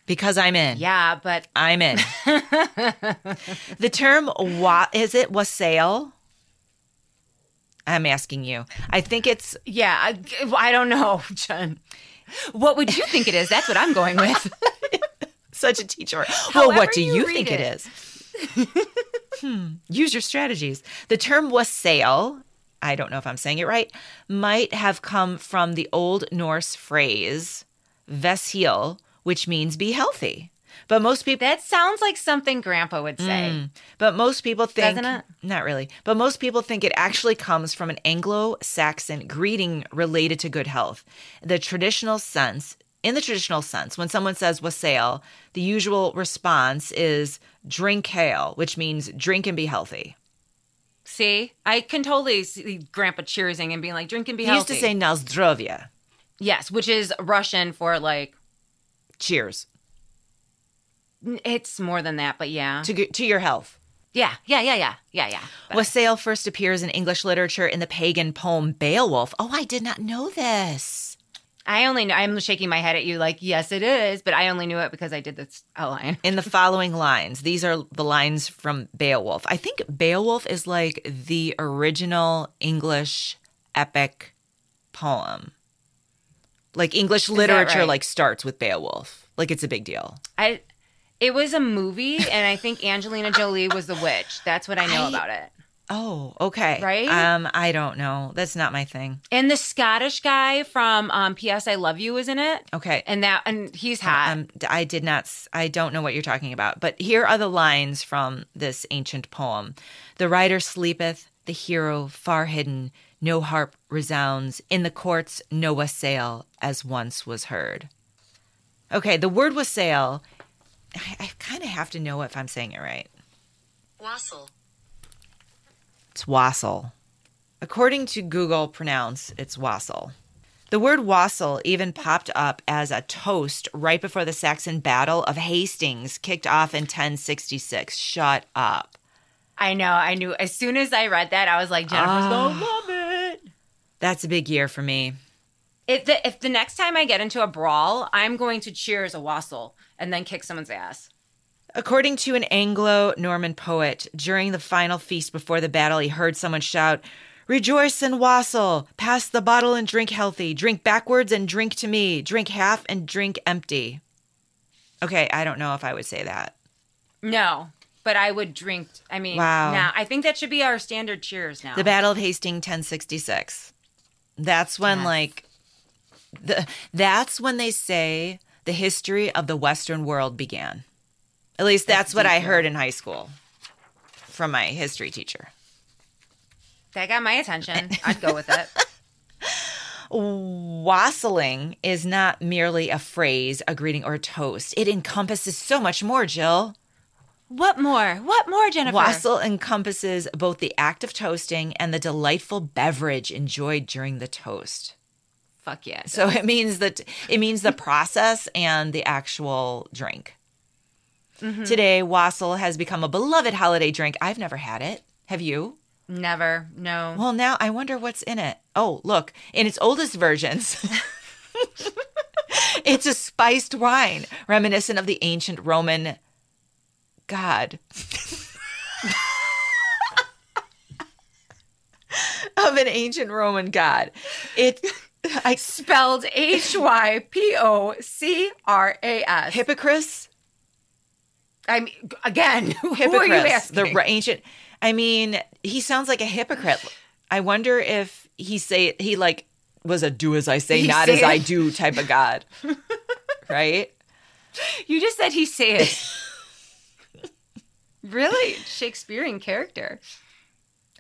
A: Because I'm in.
B: Yeah, but
A: I'm in. the term wa- is it wassail? I'm asking you. I think it's
B: Yeah, I, I don't know, Jen. What would you think it is? That's what I'm going with.
A: such a teacher. well,
B: However
A: what do
B: you
A: you,
B: read
A: think it
B: it.
A: is? hmm. Use your strategies. The term wassail, I don't know if I'm saying it right, might have come from the Old Norse phrase vesheal, which means be healthy. But most people
B: that sounds like something Grandpa would say.
A: But most people think
B: Doesn't it?
A: not really. But most people think it actually comes from an Anglo-Saxon greeting related to good health. The traditional sense, in the traditional sense, when someone says wassail, the usual response is drink hail, which means drink and be healthy.
B: See, I can totally see Grandpa cheersing and being like, "Drink and be
A: He used
B: healthy."
A: to say na zdrowia.
B: yes, which is Russian for like
A: Cheers
B: n- it's more than that, but yeah,
A: to g- to your health.
B: yeah, yeah, yeah, yeah, yeah, yeah. But
A: Wassail first appears in English literature in the pagan poem Beowulf. Oh, I did not know this.
B: I only know. I'm shaking my head at you, like, yes, it is, but I only knew it because I did this outline.
A: in the following lines. These are the lines from Beowulf. I think Beowulf is like the original English epic poem. Like English literature
B: right?
A: like starts with Beowulf. Like it's a big deal.
B: I, it was a movie, and I think Angelina Jolie was the witch. That's what I know
A: I-
B: about it.
A: Oh, okay.
B: Right?
A: Um I don't know. That's not my thing.
B: And the Scottish guy from um, P.S. I Love You is in it,
A: Okay.
B: and that and he's hot.
A: Um, d- I did not, s- I don't know what you're talking about, but here are the lines from this ancient poem The writer sleepeth, the hero far hidden, no harp resounds, in the courts no wassail as once was heard. Okay, the word wassail, I, I kind of have to know if I'm saying it right.
C: Wassel.
A: It's wassail. According to Google Pronounce, it's wassail. The word wassail even popped up as a toast right before the Saxon Battle of Hastings kicked off in 1066. Shut up.
B: I know. I knew as soon as I read that, I was like, Jennifer's gonna love it.
A: That's a big year for me.
B: If the, if the next time I get into a brawl, I'm going to cheer as a wassail and then kick someone's ass.
A: According to an Anglo Norman poet, during the final feast before the battle, he heard someone shout, Rejoice and wassail. Pass the bottle and drink healthy. Drink backwards and drink to me. Drink half and drink empty. Okay, I don't know if I would say that.
B: No, but I would drink. I mean,
A: Wow.
B: now I think that should be our standard cheers now.
A: The Battle of Hastings 1066. That's when
B: Yes.
A: like the that's when they say the history of the western world began. At least that's, what I heard in high school from my history teacher.
B: that got my attention. I'd go with it.
A: Wassailing is not merely a phrase, a greeting, or a toast. It encompasses so much more, Jill.
B: What more? What more, Jennifer?
A: Wassail encompasses both the act of toasting and the delightful beverage enjoyed during the toast.
B: Fuck yeah. So
A: So it means that it means the process and the actual drink. Today, wassail has become a beloved holiday drink. I've never had it. Have you?
B: never. No.
A: Well, now I wonder what's in it. Oh, look, in its oldest versions, it's a spiced wine reminiscent of the ancient Roman god. of an ancient Roman god. It I
B: Spelled H Y P O C R A S.
A: Hippocras?
B: I mean, again, who are you
A: Hippocras.
B: asking?
A: The Ro- ancient I mean, he sounds like a hypocrite. I wonder if he say he like was a do as I say,
B: He
A: not as
B: say-
A: I do type of god. right?
B: You just said he says. really? Shakespearean character.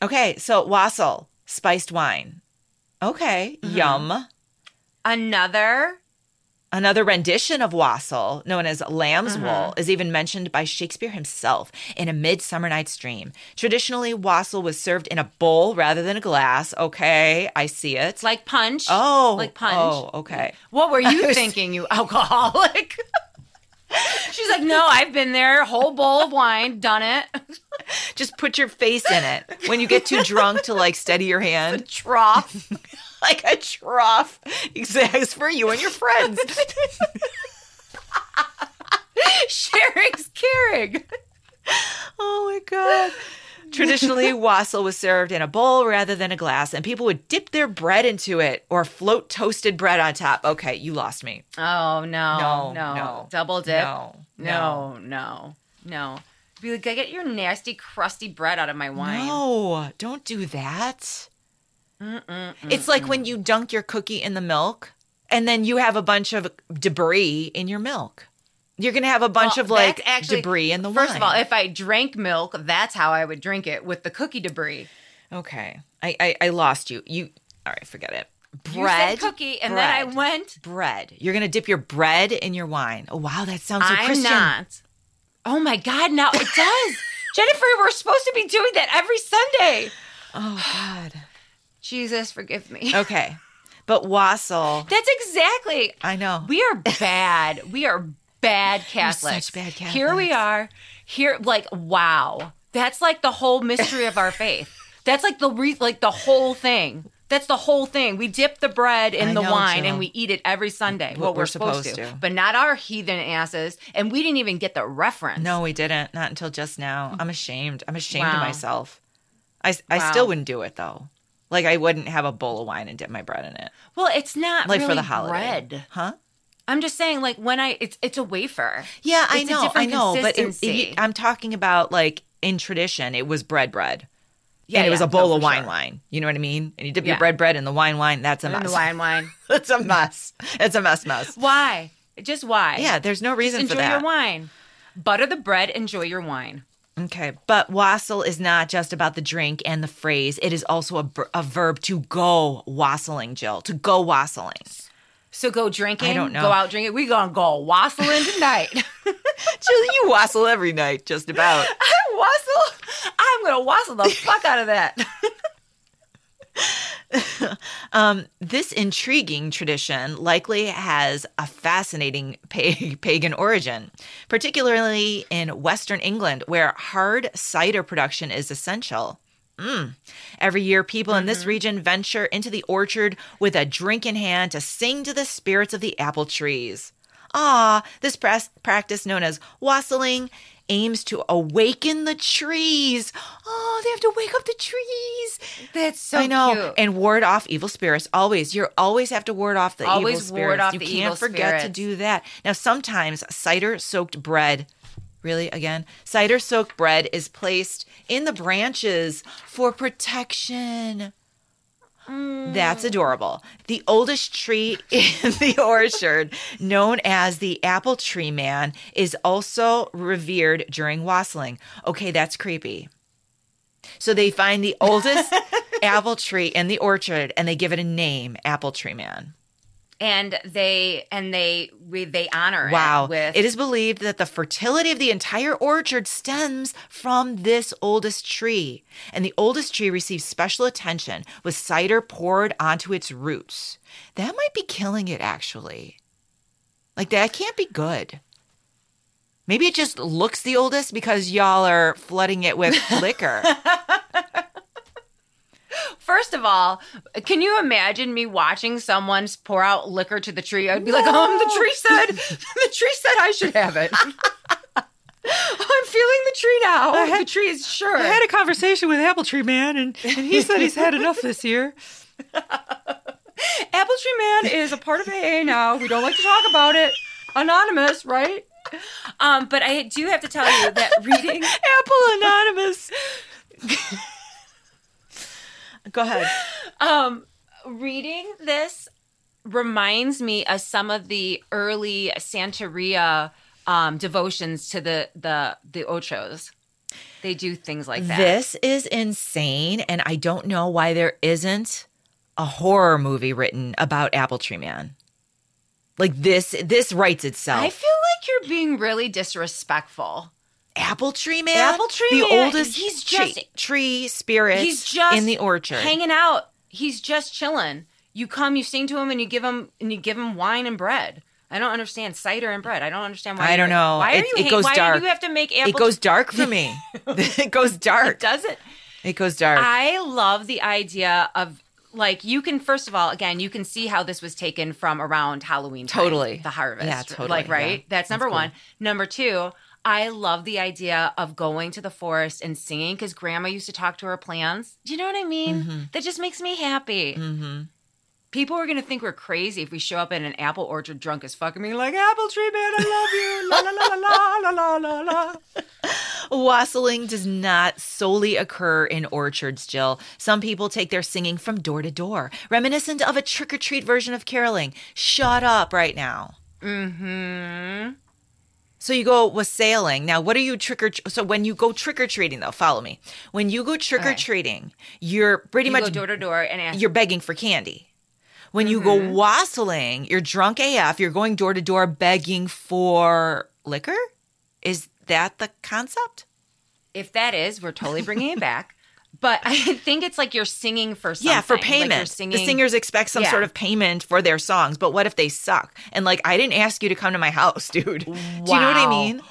A: Okay, so wassail, spiced wine. Okay,
B: Mm-hmm.
A: yum.
B: Another.
A: Another rendition of wassail, known as lamb's
B: Mm-hmm.
A: wool, is even mentioned by Shakespeare himself in A Midsummer Night's Dream. Traditionally, wassail was served in a bowl rather than a glass. Okay, I see it.
B: It's like punch.
A: oh,
B: Like punch.
A: Oh, okay.
B: What were you thinking, you alcoholic? She's like, no, I've been there. Whole bowl of wine, done it.
A: Just put your face in it when you get too drunk to like steady your hand,
B: Trough.
A: like a trough. Exactly, it's for you and your friends.
B: Sherrick's Keurig.
A: Oh my God. Traditionally, wassail was served in a bowl rather than a glass, and people would dip their bread into it or float toasted bread on top. Okay, you lost me.
B: Oh, no.
A: No,
B: No,
A: no,
B: Double dip.
A: No,
B: No, no, no. Be like, get your nasty, crusty bread out of my wine.
A: No, don't do that.
B: Mm-mm.
A: It's like when you dunk your cookie in the milk and then you have a bunch of debris in your milk. You're going to have a bunch
B: Well,
A: of like
B: that's actually-
A: debris in the
B: First of all,
A: wine.
B: if I drank milk, that's how I would drink it with the cookie debris.
A: okay. I, I, I lost you. You, all right, forget it.
B: You said
A: Bread.
B: cookie, and then I
A: bread.
B: went.
A: bread. You're gonna dip your bread in your wine. Oh wow, that sounds so
B: I'm
A: Christian.
B: not. Oh my God! Now it does. Jennifer, we're supposed to be doing that every Sunday.
A: Oh
B: Jesus, forgive me.
A: God. Okay, but wassail.
B: That's exactly.
A: I know.
B: We are bad. we are bad Catholics.
A: such bad
B: Here we
A: Catholics.
B: are. Here, like, wow. That's like the whole mystery of our faith. That's like the re- like the whole thing. That's the whole thing. We dip the bread in
A: I
B: the
A: know,
B: wine
A: Jill.
B: and we eat it every Sunday.
A: What
B: What,
A: we're
B: we're, supposed,
A: supposed
B: to.
A: to.
B: but not our heathen asses. And we didn't even get the reference.
A: no, we didn't. Not until just now. I'm ashamed. I'm ashamed of
B: Wow.
A: myself. I I
B: Wow.
A: still wouldn't do it though. Like I wouldn't have a bowl of wine and dip my bread in it.
B: Well, it's not
A: Like
B: really
A: for the holiday.
B: bread.
A: Huh?
B: I'm just saying, like when I, it's it's a wafer.
A: Yeah, I
B: It's a
A: know. I
B: different
A: know. But it-
B: consistency.
A: I'm talking about like in tradition, it was bread, bread.
B: Yeah,
A: and it was
B: yeah,
A: a bowl
B: no,
A: of
B: for
A: wine,
B: sure.
A: wine. You know what I mean? And you dip your
B: Yeah.
A: bread, bread in the wine, wine. That's a
B: And
A: mess.
B: the wine, wine.
A: It's a mess. It's a mess, mess.
B: Why? Just why?
A: Yeah, there's no reason
B: enjoy
A: for that.
B: your wine. Butter the bread. Enjoy your wine.
A: Okay, but wassail is not just about the drink and the phrase. It is also a, br- a verb to go wassailing, Jill. To go wassailing.
B: So go drinking.
A: I don't know.
B: Go out drinking. We gonna go wassailing tonight.
A: Jill, you wassail every night, just about.
B: Wassel. I'm gonna wassel the fuck out of that.
A: Um, This intriguing tradition likely has a fascinating pa- pagan origin, particularly in Western England, where hard cider production is essential. Mm. Every year, people in this region venture into the orchard with a drink in hand to sing to the spirits of the apple trees. Ah, this pras- practice known as wassailing aims to awaken the trees. Oh, they have to wake up the trees.
B: That's so
A: I know.
B: cute.
A: And ward off evil spirits. Always. You always have to ward off the
B: Always
A: evil
B: ward
A: spirits.
B: off
A: you
B: the
A: can't
B: evil
A: forget to
B: spirits.
A: do that. Now, sometimes cider soaked bread. Really, again, cider soaked bread is placed in the branches for protection.
B: Mm.
A: That's adorable. The oldest tree in the orchard, known as the apple tree man, is also revered during wassailing. Okay, that's creepy. So they find the oldest apple tree in the orchard and they give it a name, Apple Tree Man.
B: and they and they we, they honor
A: Wow.
B: it with
A: It is believed that the fertility of the entire orchard stems from this oldest tree. And the oldest tree receives special attention with cider poured onto its roots. That might be killing it, actually. Like, that can't be good. Maybe it just looks the oldest because y'all are flooding it with liquor.
B: First of all, can you imagine me watching someone pour out liquor to the tree? I'd be like, "Um, the tree said, the tree said I should have it." I'm feeling the tree now. the tree is sure.
D: I had a conversation with Apple Tree Man, and, and he said he's had enough this year.
B: Apple Tree Man is a part of AA now. We don't like to talk about it. Anonymous, right? Um, but I do have to tell you that reading
A: Apple Anonymous. Go ahead.
B: um reading this reminds me of some of the early Santeria um devotions to the the the ochos. They do things like that.
A: This is insane, and I don't know why there isn't a horror movie written about Apple Tree Man. Like this, this writes itself.
B: I feel like you're being really disrespectful.
A: Apple Tree Man,
B: Apple Tree
A: the
B: Man,
A: oldest
B: he's
A: tree,
B: just-
A: tree spirit.
B: He's just
A: in the orchard.
B: hanging out. He's just chilling. You come, you sing to him, and you give him and you give him wine and bread. I don't understand cider and bread. I don't understand why.
A: I
B: you're-
A: don't know.
B: Why are
A: It-
B: you?
A: it
B: hate-
A: goes
B: why
A: dark.
B: do you have to make apple?
A: it goes dark for me. it goes dark.
B: Does it?
A: It goes dark.
B: I love the idea of like you can first of all again you can see how this was taken from around Halloween time,
A: Totally.
B: the harvest
A: Yeah, totally,
B: like right
A: yeah.
B: that's number one number two I love the idea of going to the forest and singing because grandma used to talk to her plants do you know what I mean that just makes me happy
A: mm-hmm.
B: people are gonna think we're crazy if we show up in an apple orchard drunk as fuck and be like apple tree man I love you la la la la la la la la
A: Wassailing does not solely occur in orchards, Jill. Some people take their singing from door to door, reminiscent of a trick or treat version of caroling. Shut up right now.
B: mm-hmm
A: So you go wassailing. Now, what are you trick or so when you go trick or treating though? Follow me. When you go trick or treating, you're pretty
B: you
A: much
B: go door to door and ask
A: you're begging for candy. When you
B: Mm-hmm.
A: go wassailing, you're drunk AF. You're going door to door begging for liquor. Is that the concept?
B: If that is, we're totally bringing it back. But I think it's like you're singing for something.
A: Yeah, for
B: Like you're
A: payment.
B: singing,
A: The singers expect some
B: Yeah.
A: sort of payment for their songs, but what if they suck? And like, I didn't ask you to come to my house, dude. Do you know what I
B: Wow.
A: mean?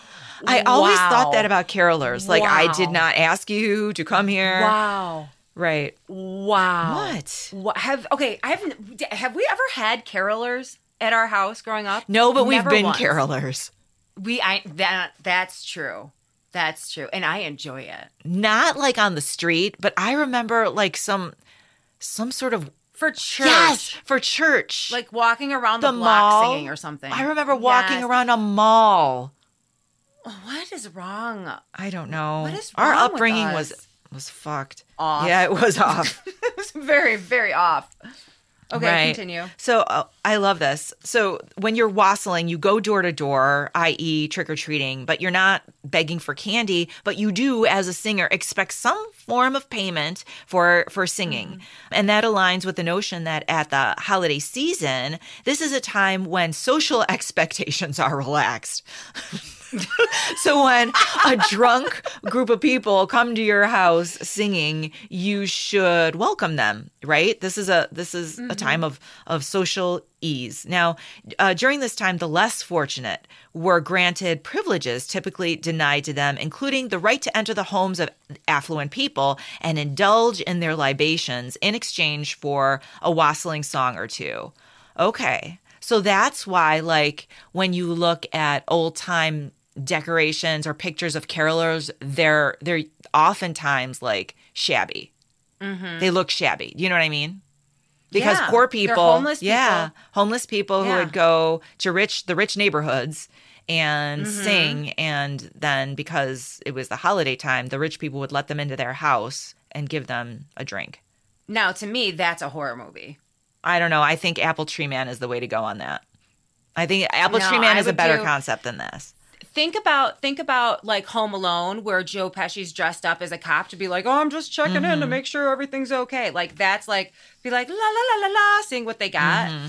A: I always thought
B: Wow.
A: that about carolers. Like, I did
B: Wow.
A: not ask you to come here.
B: Wow.
A: Right.
B: Wow.
A: What?
B: What have okay, I haven't have we ever had carolers at our house growing up?
A: No, but we've
B: Never
A: been
B: once.
A: carolers.
B: We I that that's true. That's true. And I enjoy it.
A: Not like on the street, but I remember like some some sort of
B: For church.
A: for church.
B: Like walking around
A: The
B: the, block
A: mall?
B: singing or something.
A: I remember walking
B: Yes.
A: around a mall.
B: What is wrong?
A: I don't know.
B: What is
A: Our
B: wrong with
A: upbringing
B: us?
A: was was fucked.
B: Off.
A: Yeah, it was off.
B: it was very, very off. Okay,
A: Right.
B: continue.
A: So uh, I love this. So when you're wassailing, you go door to door, i.e., trick or treating, but you're not begging for candy. But you do, as a singer, expect some form of payment for for singing, and that aligns with the notion that at the holiday season, this is a time when social expectations are relaxed. So when a drunk group of people come to your house singing, you should welcome them, right? This is a this is a time of of social ease. Now, uh, during this time, the less fortunate were granted privileges typically denied to them, including the right to enter the homes of affluent people and indulge in their libations in exchange for a wassailing song or two. Okay. So that's why, like, when you look at old time decorations or pictures of carolers, they're they're oftentimes like shabby.
B: Mm-hmm.
A: They look shabby. You know what I mean? Because
B: Yeah,
A: poor
B: they're
A: people,
B: homeless
A: yeah, homeless people who
B: Yeah.
A: would go to rich the rich neighborhoods and
B: Mm-hmm.
A: sing, and then because it was the holiday time, the rich people would let them into their house and give them a drink.
B: Now, to me, that's a horror movie.
A: I don't know. I think Apple Tree Man is the way to go on that. I think Apple
B: No,
A: Tree Man
B: I
A: is a
B: would
A: better
B: do-
A: concept than this.
B: Think about think about like Home Alone, where Joe Pesci's dressed up as a cop to be like, "Oh, I'm just checking in
A: Mm-hmm.
B: to make sure everything's okay." Like that's like be like la la la la la, sing what they got.
A: Mm-hmm.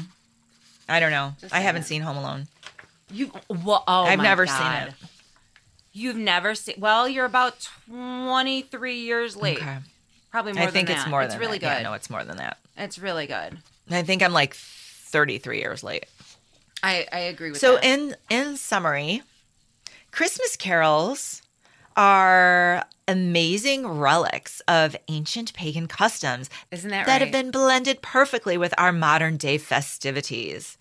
A: I don't know. I
B: saying.
A: haven't seen Home Alone.
B: You wha- oh,
A: Mm-hmm. I've
B: my
A: never
B: God.
A: seen it.
B: You've never seen. Well, you're about 23 years late.
A: Okay.
B: Probably more.
A: I think
B: than
A: it's
B: that.
A: more
B: It's
A: than
B: really
A: that. Yeah,
B: good.
A: no, it's more than that.
B: it's really good.
A: I think I'm like 33 years late.
B: I I agree with
A: So
B: that.
A: in in summary, Christmas carols are amazing relics of ancient pagan customs
B: Isn't that,
A: that
B: right?
A: have been blended perfectly with our modern day festivities.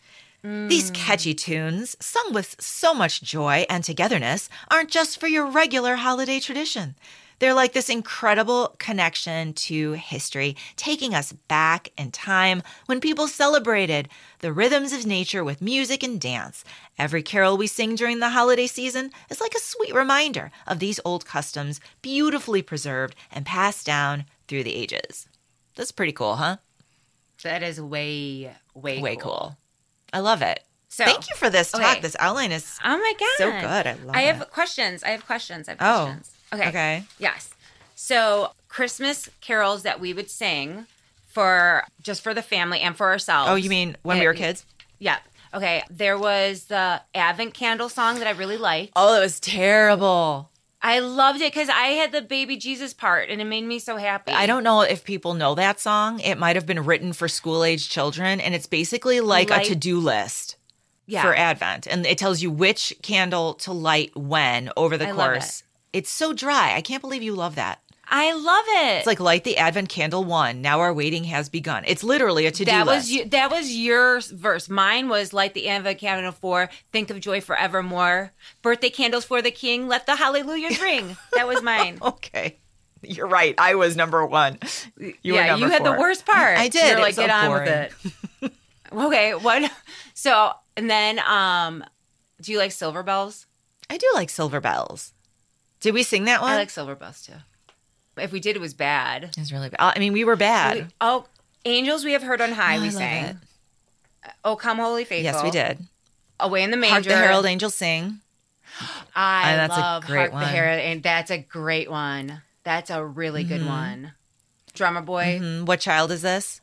A: These catchy tunes, sung with so much joy and togetherness, aren't just for your regular holiday tradition. They're like this incredible connection to history, taking us back in time when people celebrated the rhythms of nature with music and dance. Every carol we sing during the holiday season is like a sweet reminder of these old customs, beautifully preserved and passed down through the ages. That's pretty cool, huh?
B: that is way way
A: Way cool. I love it.
B: So
A: Thank you for this talk.
B: okay.
A: This outline is
B: Oh my god,
A: so good. I love
B: I have
A: it.
B: questions. I have questions. I have
A: Oh,
B: questions. Okay.
A: okay.
B: Yes. So Christmas carols that we would sing for just for the family and for ourselves.
A: Oh, you mean when we
B: Yeah,
A: were kids?
B: Yeah. Okay. There was the Advent candle song that I really liked.
A: Oh, that was terrible.
B: I loved it because I had the baby Jesus part and it made me so happy.
A: I don't know if people know that song. It might have been written for school age children, and it's basically like,
B: Like-
A: a to do list
B: yeah.
A: for Advent. And it tells you which candle to light when over the
B: I love
A: course. It's so dry. I can't believe you love that.
B: I love it.
A: It's like light the Advent candle one. Now our waiting has begun. It's literally a to do
B: that
A: list.
B: was you, that was your verse. Mine was like the Advent candle for think of joy forevermore, birthday candles for the King, let the hallelujahs ring. That was mine.
A: Okay. You're right. I was number one. You were
B: yeah,
A: number
B: you had the
A: four.
B: worst part.
A: I did.
B: You're
A: It
B: like
A: was so
B: get on with
A: boring.
B: it. okay, what? So and then, um, do you like silver bells?
A: I do like Silver Bells. Did we sing that one?
B: I like silver bells too. If we did, it was bad.
A: it was really bad. I mean, we were bad.
B: We- oh, angels we have heard on high.
A: Oh, I
B: we
A: love
B: sang.
A: it.
B: Oh, come holy faithful.
A: yes, we did.
B: Away in the
A: Hark
B: manger.
A: the Herald Angels Sing.
B: I
A: And that's a
B: love
A: great
B: Hark
A: one.
B: the Herald, and that's a great one. That's a really good one. Drummer boy.
A: Mhm. What child is this?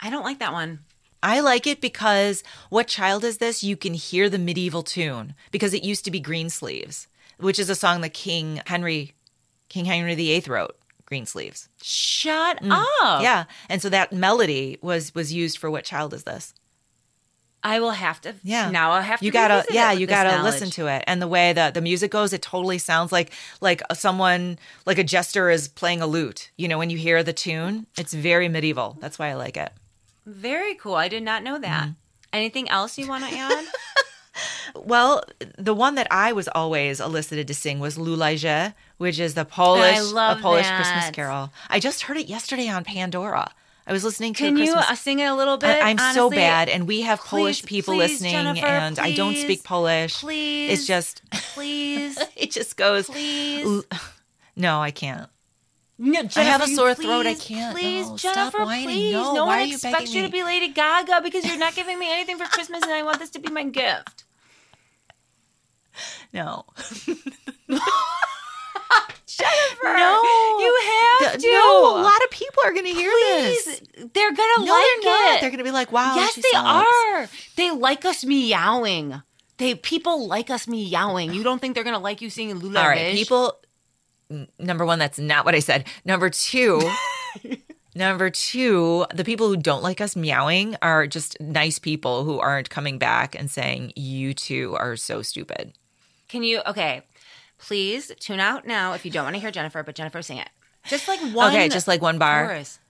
B: I don't like that one.
A: I like it because what child is this? You can hear the medieval tune because it used to be Greensleeves, which is a song that King Henry, King Henry VIII wrote. Greensleeves.
B: Shut up.
A: Yeah, and so that melody was was used for "What Child Is This."
B: I will have to.
A: Yeah.
B: Now I have to.
A: you gotta
B: revisit it
A: yeah
B: with
A: you
B: this
A: gotta
B: knowledge.
A: listen to it and the way the the music goes it totally sounds like like someone like a jester is playing a lute you know when you hear the tune it's very medieval that's why i like it
B: Very cool. I did not know that. Anything else you want to add?
A: well the one that i was always elicited to sing was lulaje which is the polish
B: love
A: a polish
B: that.
A: christmas carol i just heard it yesterday on pandora i was listening to
B: Can
A: a
B: you
A: christmas
B: uh, sing it a little bit?
A: I, am so
B: honestly?
A: bad, and we have Polish
B: Please,
A: people
B: please,
A: listening,
B: Jennifer,
A: and I don't
B: please,
A: speak Polish. it's
B: please.
A: just
B: Please.
A: it just goes.
B: Please.
A: No, I can't.
B: No,
A: I have
B: Jennifer,
A: a
B: you
A: sore throat. I
B: please,
A: can't.
B: Please,
A: No, stop
B: Jennifer,
A: whining.
B: please.
A: No,
B: No
A: why
B: one
A: are you
B: expects
A: begging
B: you
A: me?
B: to be Lady Gaga because you're not giving me anything for Christmas, and I want this to be my gift.
A: No.
B: Jennifer,
A: No.
B: you have to.
A: No, a lot of people are going to hear
B: please.
A: this.
B: They're gonna
A: No,
B: like
A: they're not.
B: it.
A: They're going to be like, wow.
B: yes,
A: she
B: they
A: sucks.
B: are. They like us meowing. They people like us meowing. You don't think they're gonna like you singing Lula?
A: All right, people. n- Number one, that's not what I said. Number two. Number two, the people who don't like us meowing are just nice people who aren't coming back and saying, you two are so stupid.
B: Can you? Okay, please tune out now if you don't want to hear Jennifer. But Jennifer, sing it. Just like one.
A: okay, just like one bar.
B: chorus.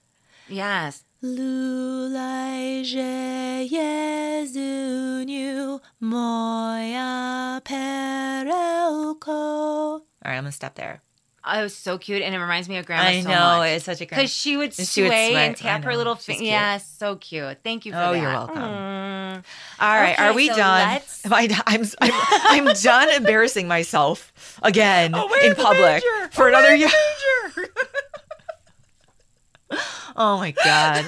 B: Yes.
A: Lulajże Jezuniu, moja perełko. gonna stop there.
E: Oh, it was so cute, and it reminds me of Grandma.
A: I
E: so
A: know
E: much.
A: it's such a
E: because
A: great.
E: she would
A: And
E: sway
A: she would sway.
E: and
A: I
E: tap her
A: know.
E: little
A: She's
E: finger.
A: cute.
E: Yeah, so cute. Thank you for
A: Oh,
E: that.
A: you're welcome.
E: Mm.
A: All right,
B: Okay,
A: are we
B: so
A: done?
B: let's-
A: Am I, I'm, I'm I'm done embarrassing myself again in public for another year. oh my god.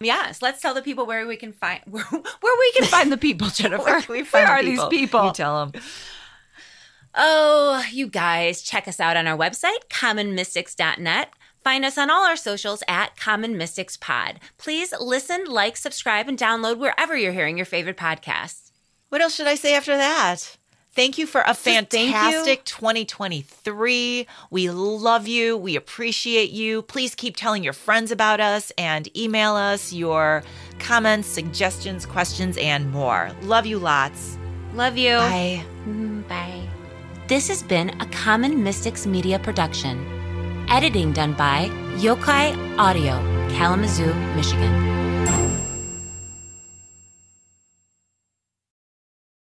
E: Yes, let's tell the people where we can find where, where we can find the people, Jennifer.
A: Where
E: where
A: can we find
E: are these
A: You
E: people?
A: tell them.
B: Oh, you guys, check us out on our website, commonmystics.net. Find us on all our socials at Common Mystics Pod. Please listen, like, subscribe, and download wherever you're hearing your favorite podcasts.
A: What else should I say after that? Thank you for a
B: thank you.
A: fantastic 2023. We love you. We appreciate you. Please keep telling your friends about us and email us your comments, suggestions, questions, and more. Love you lots.
E: Love you.
A: Bye.
B: Mm, Bye. This has been a Common Mystics Media production. Editing done by Yokai Audio, Kalamazoo, Michigan.